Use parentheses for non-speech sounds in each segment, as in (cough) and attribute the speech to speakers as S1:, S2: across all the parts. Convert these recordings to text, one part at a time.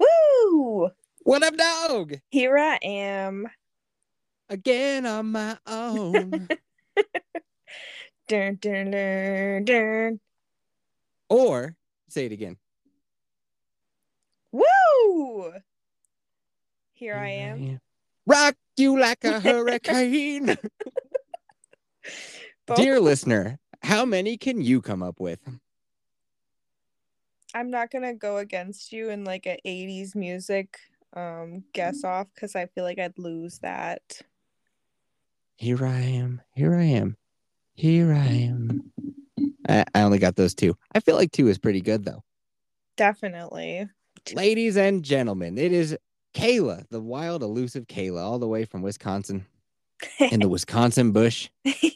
S1: Woo!
S2: What up, dog?
S1: Here I am.
S2: Again on my own.
S1: (laughs) Dun, dun, dun, dun.
S2: or say it again.
S1: Woo! Here I am.
S2: Rock you like
S1: (laughs)
S2: a hurricane.
S1: Bo-
S2: Dear listener, how many can you come up with?
S1: I'm not gonna go against you in like a 80s music um guess off because I feel like I'd lose that.
S2: Here I am. Here I am. Here I am. I, I only got those two. I feel like two is pretty good though.
S1: Definitely.
S2: Ladies and gentlemen, it is Kayla, the wild, elusive Kayla, all the way from Wisconsin in
S1: (laughs)
S2: the Wisconsin bush.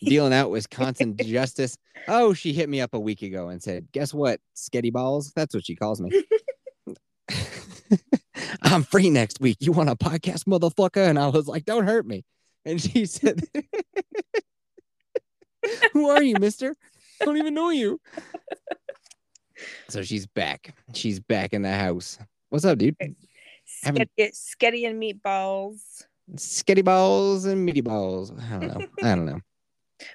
S2: dealing out Wisconsin justice. Oh, she hit me up a week ago and said, "Guess what, Sketty Balls? That's what she calls me." (laughs) I'm free next week. You want a podcast, motherfucker? And I was like, "Don't hurt me." And she (laughs) said, "Who are you, Mister? I don't even know you." So she's back. She's back in the house. What's up, dude?
S1: Sketty,
S2: Haven't-
S1: Sketty and meatballs.
S2: Sketty balls and meaty balls. I don't know. I don't know.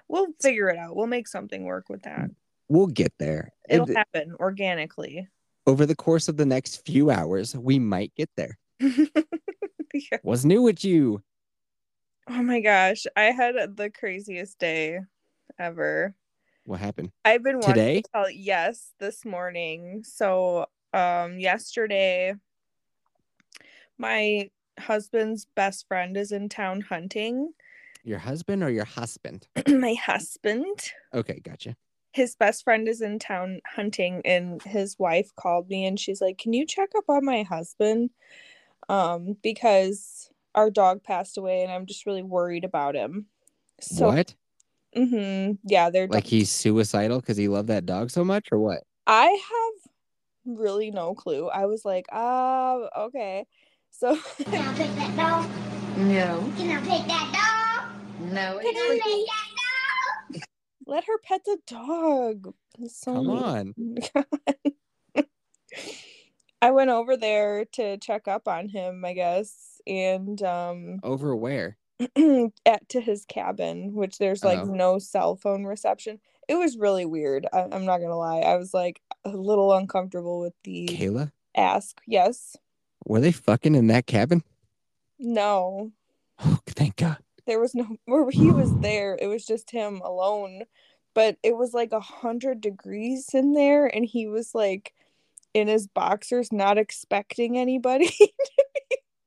S1: We'll figure it out. We'll make something work with that.
S2: We'll get there.
S1: It'll happen organically. (laughs)
S2: over the course of the next few hours, we might get there.
S1: Yeah.
S2: What's new with you?
S1: Oh my gosh, I had the craziest day ever.
S2: What happened?
S1: I've been wanting
S2: Today?
S1: to tell yes this morning. So um yesterday my husband's best friend is in town hunting. (clears throat)
S2: Your husband or your husband?
S1: my husband,
S2: Okay, gotcha.
S1: his best friend is in town hunting and his wife called me and she's like, "Can you check up on my husband?" Um because our dog passed away and I'm just really worried about him. So
S2: what?
S1: hmm Yeah, they're
S2: Like he's suicidal because he loved that dog so much, or what?
S1: I have really no clue. I was like, uh, okay. So (laughs)
S3: Can I pick that dog?
S4: No,
S3: Can I pick that dog?
S4: no.
S3: Can I pick that dog?
S1: let her pet the dog. It's so
S2: Come
S1: mean.
S2: on.
S1: (laughs) I went over there to check up on him, I guess, and um (clears throat)
S2: Over where?
S1: at to his cabin, which there's like
S2: Oh.
S1: no cell phone reception. It was really weird. I- I'm not gonna lie. I was like a little uncomfortable with the
S2: Kayla?
S1: ask. Yes,
S2: Were they fucking in that cabin? (gasps)
S1: no,
S2: Oh, thank God.
S1: there was no (laughs) where he was there it was just him alone but it was like a hundred degrees in there and he was like in his boxers not expecting anybody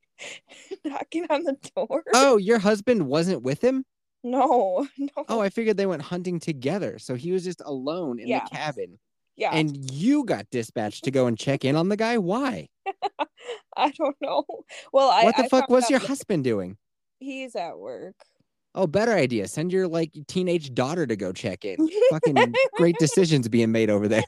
S1: (laughs) knocking on the door
S2: Oh, your husband wasn't with him?
S1: (laughs) no no
S2: Oh, I figured they went hunting together. So he was just alone in
S1: Yeah.
S2: the cabin.
S1: yeah
S2: And you got dispatched to go and check in on the guy. Why?
S1: i don't know well I,
S2: what the
S1: I
S2: fuck
S1: found
S2: was
S1: out
S2: your
S1: that
S2: husband doing?
S1: he's at work
S2: Oh, better idea. Send your like teenage daughter to go check in.
S1: (laughs)
S2: Fucking great decisions being made over there.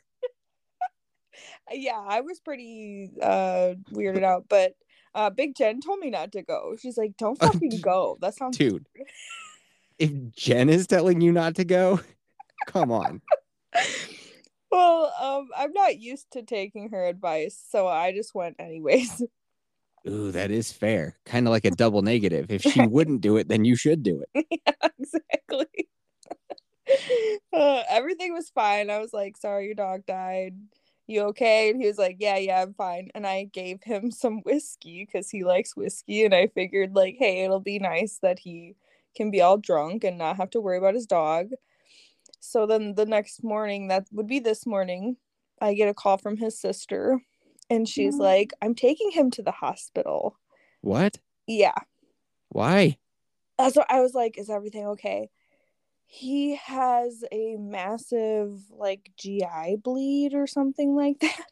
S1: yeah i was pretty uh weirded out but uh big jen told me not to go she's like don't
S2: Oh,
S1: fucking
S2: dude.
S1: go that sounds
S2: Dude, if Jen is telling you not to go, come on.
S1: (laughs) well, um, I'm not used to taking her advice, so I just went anyways.
S2: Ooh, that is fair. Kind of like a double negative.
S1: (laughs)
S2: If she wouldn't do it, then you should do it.
S1: exactly. (laughs) Uh, everything was fine. I was like, "Sorry, your dog died. You okay?" And he was like, "Yeah, yeah, I'm fine." And I gave him (laughs) some whiskey because he likes whiskey, and I figured like, "Hey, it'll be nice that he can be all drunk and not have to worry about his dog." So then the next morning, that would be this morning, I get a call from his sister, and she's like, "I'm taking him to the hospital."
S2: What?
S1: Yeah.
S2: Why?
S1: That's what I was like, is everything okay? He has a massive like (laughs) GI bleed or something like that.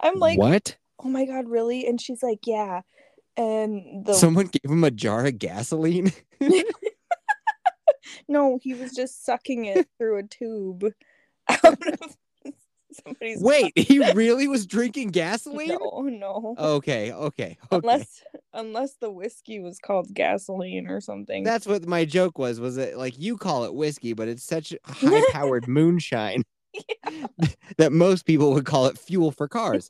S1: I'm like,
S2: what?
S1: oh my god, really? And she's like, yeah. And the
S2: Someone gave him a jar of gasoline.
S1: no, he was just sucking
S2: (laughs)
S1: it through a tube (laughs) out of somebody's. (laughs)
S2: Wait, he really was drinking gasoline?
S1: no, no.
S2: Okay, okay, Oh, okay.
S1: Unless unless the whiskey was called gasoline or something.
S2: That's what my joke was. Was it like you call it whiskey, but
S1: (laughs)
S2: it's such high powered moonshine (laughs) that most people would call it fuel
S1: (laughs)
S2: for cars.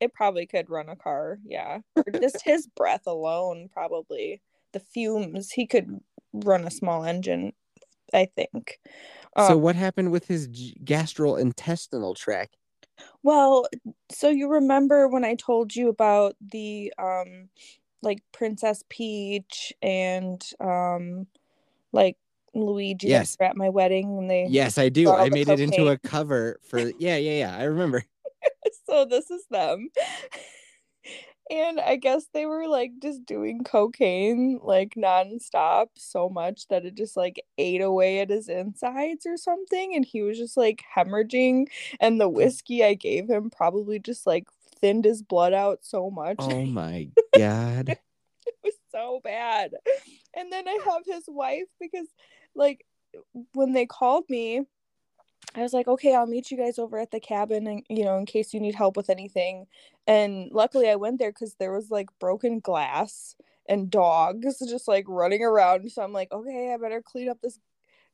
S1: it probably could run a car, yeah. Or just
S2: (laughs)
S1: his breath alone, probably the fumes. He could run a small engine, I think.
S2: so
S1: Um,
S2: what happened with his g- gastrointestinal tract?
S1: Well, so you remember when I told you about the um like Princess Peach and um like Luigi that
S2: Yes.
S1: were at my wedding and they
S2: Yes, I do.
S1: Got all
S2: I
S1: the
S2: made it into
S1: cocaine.
S2: a cover
S1: (laughs)
S2: for yeah, yeah, yeah. I remember.
S1: so this is them. And I guess they were like just doing cocaine like nonstop so much that it just like ate away at his insides or something. And he was just like hemorrhaging. And the whiskey I gave him probably just like thinned his blood out so much.
S2: Oh my god.
S1: it was so bad. And then I have his wife because, like, when they called me, I was like, okay, I'll meet you guys over at the cabin, and you know, in case you need help with anything. And luckily, I went there because there was like broken glass and dogs just like running around. So I'm like, okay, I better clean up this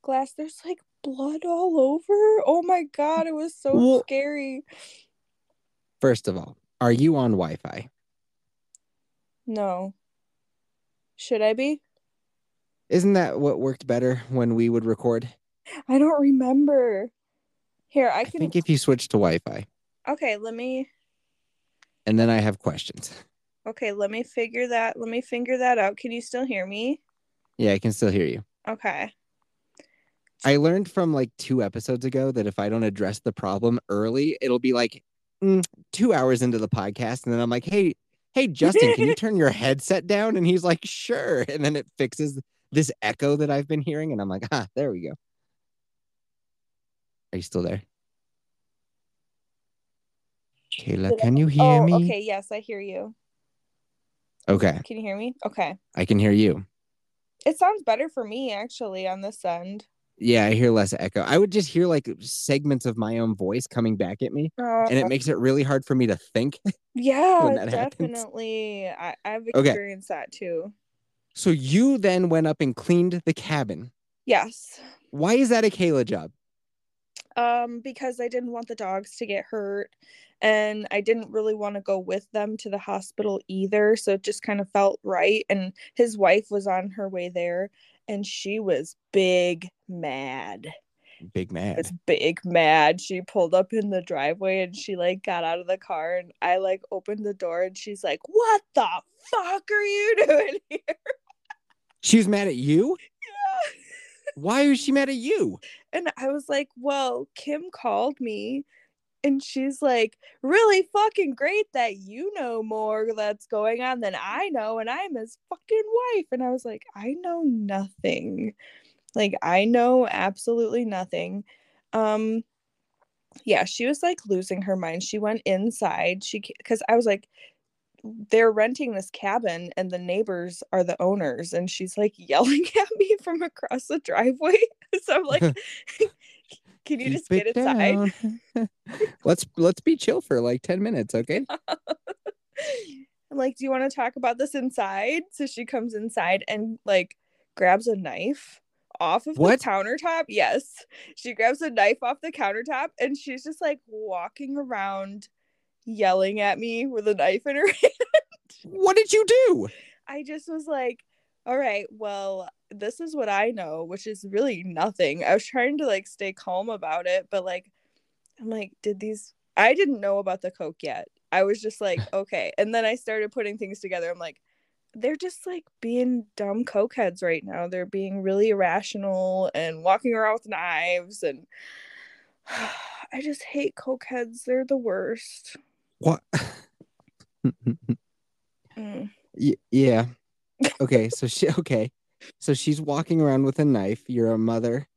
S1: glass. There's like blood all over. Oh my god, it was so
S2: Well-
S1: scary.
S2: First of all, are you on Wi-Fi?
S1: No, should I be?
S2: Isn't that what worked better when we would record?
S1: I don't remember. Here, I
S2: I
S1: can.
S2: think if you switch to Wi-Fi,
S1: Okay, let me.
S2: and then I have questions.
S1: Okay, let me figure that. Let me figure that out. Can you still hear me?
S2: Yeah, I can still hear you.
S1: Okay.
S2: I learned from like two episodes ago that if I don't address the problem early, it'll be like mm, two hours into the podcast. And then I'm like, hey, hey, Justin,
S1: (laughs)
S2: can you turn your headset down? And he's like, sure. (laughs) And then it fixes this echo that I've been hearing. And I'm like, ah, there we go. Are you still there? Kayla,
S1: Did I-
S2: can you hear
S1: Oh,
S2: me?
S1: okay. Yes, I hear you.
S2: okay,
S1: Can you hear me? Okay.
S2: I can hear you.
S1: It sounds better for me actually on this end.
S2: Yeah, I hear less echo. I would just hear like segments of my own voice coming back at me,
S1: Uh,
S2: and it makes it really hard for me to think. when
S1: yeah,
S2: that happens.
S1: definitely. I, I've
S2: Okay.
S1: experienced that too.
S2: So you then went up and cleaned the cabin.
S1: Yes.
S2: Why is that a Kayla job?
S1: Um, because I didn't want the dogs to get hurt and I didn't really want to go with them to the hospital either. So it just kind of felt right. And his wife was on her way there and she was big mad.
S2: Big man.
S1: was big mad. She pulled up in the driveway and she like got out of the car and I like opened the door and she's like, "What the fuck are you (laughs) doing here?"
S2: She was mad at you. Why was she mad at you?
S1: And I was like, "Well, Kim called me." And she's like, "Really fucking great that you know more that's going on than I know and I'm his fucking wife." And I was like, "I know nothing." Like I know absolutely nothing. Um yeah, she was like losing her mind. She went inside. She because I was like, they're renting this cabin and the neighbors are the owners, and she's like (laughs) yelling at me from across the driveway. (laughs) so I'm
S2: (laughs)
S1: like, can you just
S2: Keep
S1: get
S2: it
S1: inside?
S2: down. (laughs) let's let's be chill for like ten
S1: (laughs)
S2: minutes, okay?
S1: I'm like, do you want to talk about this inside? So she comes inside and like grabs a knife off of
S2: What?
S1: the countertop. Yes. She grabs a knife off the countertop and she's just like walking around yelling at me with a knife in her hand.
S2: What did you do?
S1: I just was like, all right, well, this is what I know, which is really nothing. I was trying to like stay calm about it, but like I'm like, did these I didn't know about the coke yet. I was just like, okay. And then I started putting things together. I'm like, they're just like being dumb cokeheads right now. They're being really irrational and walking around with knives and (sighs) I just hate cokeheads. They're the worst.
S2: What? (laughs)
S1: Mm. (laughs)
S2: Y- yeah. Okay. So she. Okay. So she's walking around with a knife. You're a mother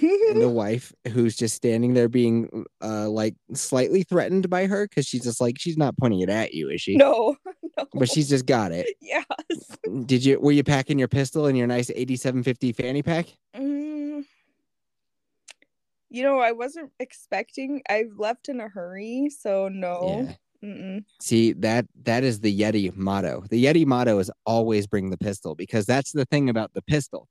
S2: and the wife who's just standing there being uh like slightly threatened by her because she's just like she's not pointing it at you is she
S1: no, (laughs) no.
S2: but she's just got it
S1: yes.
S2: did you were you packing your pistol in your nice 8750 fanny pack
S1: Mm. You know, I wasn't expecting. I left in a hurry, so no.
S2: Yeah.
S1: Mm-mm.
S2: see that that is the yeti motto the yeti motto is always bring the pistol because that's the thing about the pistol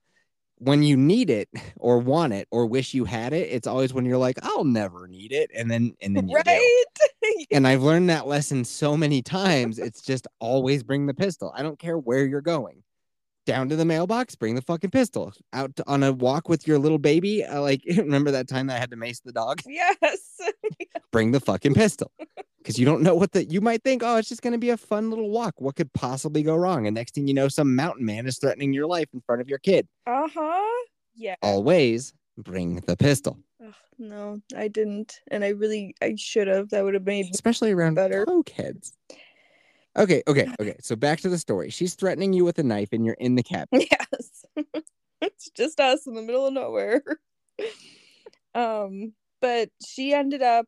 S2: when you need it or want it or wish you had it it's always when you're like i'll never need it and then and then you do.
S1: Right? (laughs)
S2: and I've learned that lesson so many times. It's just always bring the pistol. I don't care where you're going. Down to the mailbox, bring the fucking pistol. Out to- on a walk with your little baby. I like (laughs) remember that time that I had to mace the dog?
S1: yes.
S2: Bring the fucking pistol. Because you don't know what the you might think, oh, it's just gonna be a fun little walk. What could possibly go wrong? And next thing you know, some mountain man is threatening your life in front of your kid.
S1: Uh huh. Yeah.
S2: Always bring the pistol.
S1: Ugh, no, I didn't, and I really I should have. That would have made.
S2: especially around
S1: better.
S2: coke heads. Okay, okay, okay. So back to the story. She's threatening you with a knife, and you're in the cabin.
S1: (laughs) Yes. it's just us in the middle of nowhere. (laughs) um, but she ended up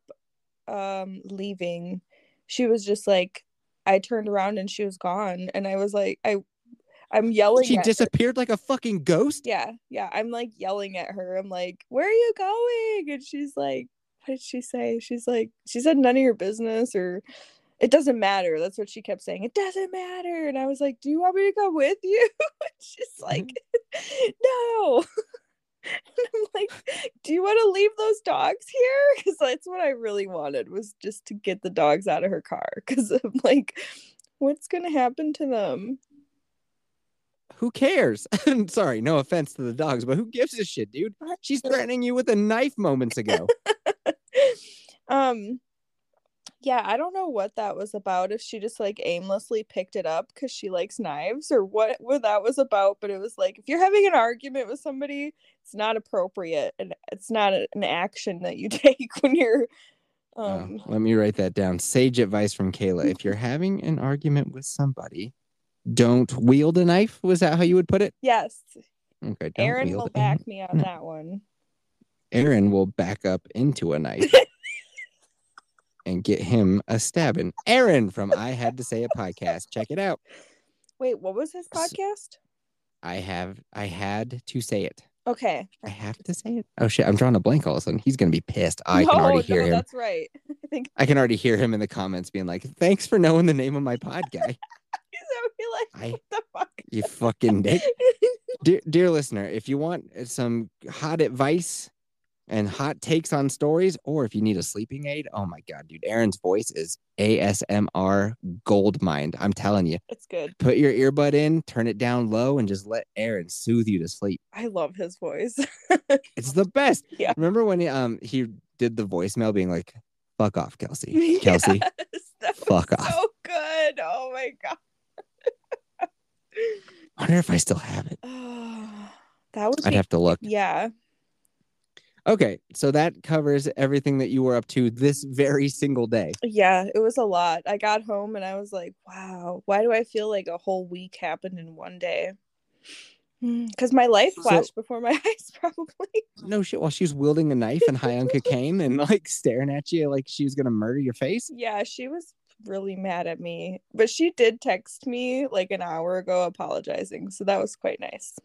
S1: um leaving. She was just like I turned around and she was gone and I was like I I'm yelling
S2: She
S1: at her.
S2: disappeared like a fucking ghost.
S1: Yeah, yeah. I'm like yelling at her. I'm like, "Where are you going?" And she's like, "What did she say?" She's like, "She said none of your business," or "It doesn't matter." That's what she kept saying. It doesn't matter. And I was like, "Do you want me to go with you?" (laughs) And she's like, "No." (laughs) and I'm like, "Do you want to leave those dogs here?" (laughs) Because that's what I really wanted was just to get the dogs out of her car. Because I'm like, "What's gonna happen to them?"
S2: Who cares? (laughs) I'm sorry, no offense to the dogs, but who gives a shit, dude? She's threatening you with a
S1: (laughs)
S2: knife moments
S1: Oh.
S2: ago.
S1: um yeah i don't know what that was about if she just like aimlessly picked it up because she likes knives or what what that was about but it was like if you're having an argument with somebody it's not appropriate and it's not a- an action that you (laughs) take when you're um
S2: Oh, let me write that down. Sage advice from Kayla: If you're having an argument with somebody, don't wield a knife. Was that how you would put it?
S1: yes
S2: Okay. Don't
S1: aaron
S2: wield Hmm.
S1: will
S2: a-
S1: back me on
S2: no.
S1: that one
S2: Aaron will back up into
S1: (laughs)
S2: a knife and get him a stabbing. Aaron from I Had to Say a Podcast. Check it out.
S1: wait what was his
S2: S-
S1: podcast
S2: I have I had to say it.
S1: okay
S2: I have to say it. Oh shit, I'm drawing a blank all of a sudden. He's gonna be pissed. I can already hear him.
S1: Oh, that's right (laughs) i think
S2: I can already hear him in the comments being like, thanks for knowing the name of my pod guy.
S1: he's gonna be like
S2: I
S1: what the fuck
S2: you
S1: (laughs)
S2: fucking dick. dear, dear listener, if you want some hot advice and hot takes on stories, or if you need a sleeping aid, oh my god, dude, Aaron's voice is ASMR gold mine. I'm telling you,
S1: it's good
S2: put your earbud in, turn it down low, and just let Aaron soothe you to sleep.
S1: i love his voice (laughs)
S2: It's the best.
S1: Yeah.
S2: Remember when he, um he did the voicemail being like, "Fuck off, Kelsey, Kelsey."
S1: (laughs) Yes, that was
S2: Fuck
S1: (laughs)
S2: off.
S1: So good. Oh my god.
S2: Wonder if I still have it.
S1: (sighs) that was
S2: I'd have
S1: (laughs)
S2: to look.
S1: yeah.
S2: Okay, so that covers everything that you were up to this very single day.
S1: Yeah, it was a lot. I got home and I was like, wow, why do I feel like a whole week happened in one day? Because my life
S2: So-
S1: flashed before my (laughs) eyes, probably. (laughs)
S2: no shit while she was wielding a knife and high on cocaine and like staring at you like she was gonna murder your face
S1: Yeah, she was really mad at me. But she did text me like an hour ago apologizing. So that was quite nice.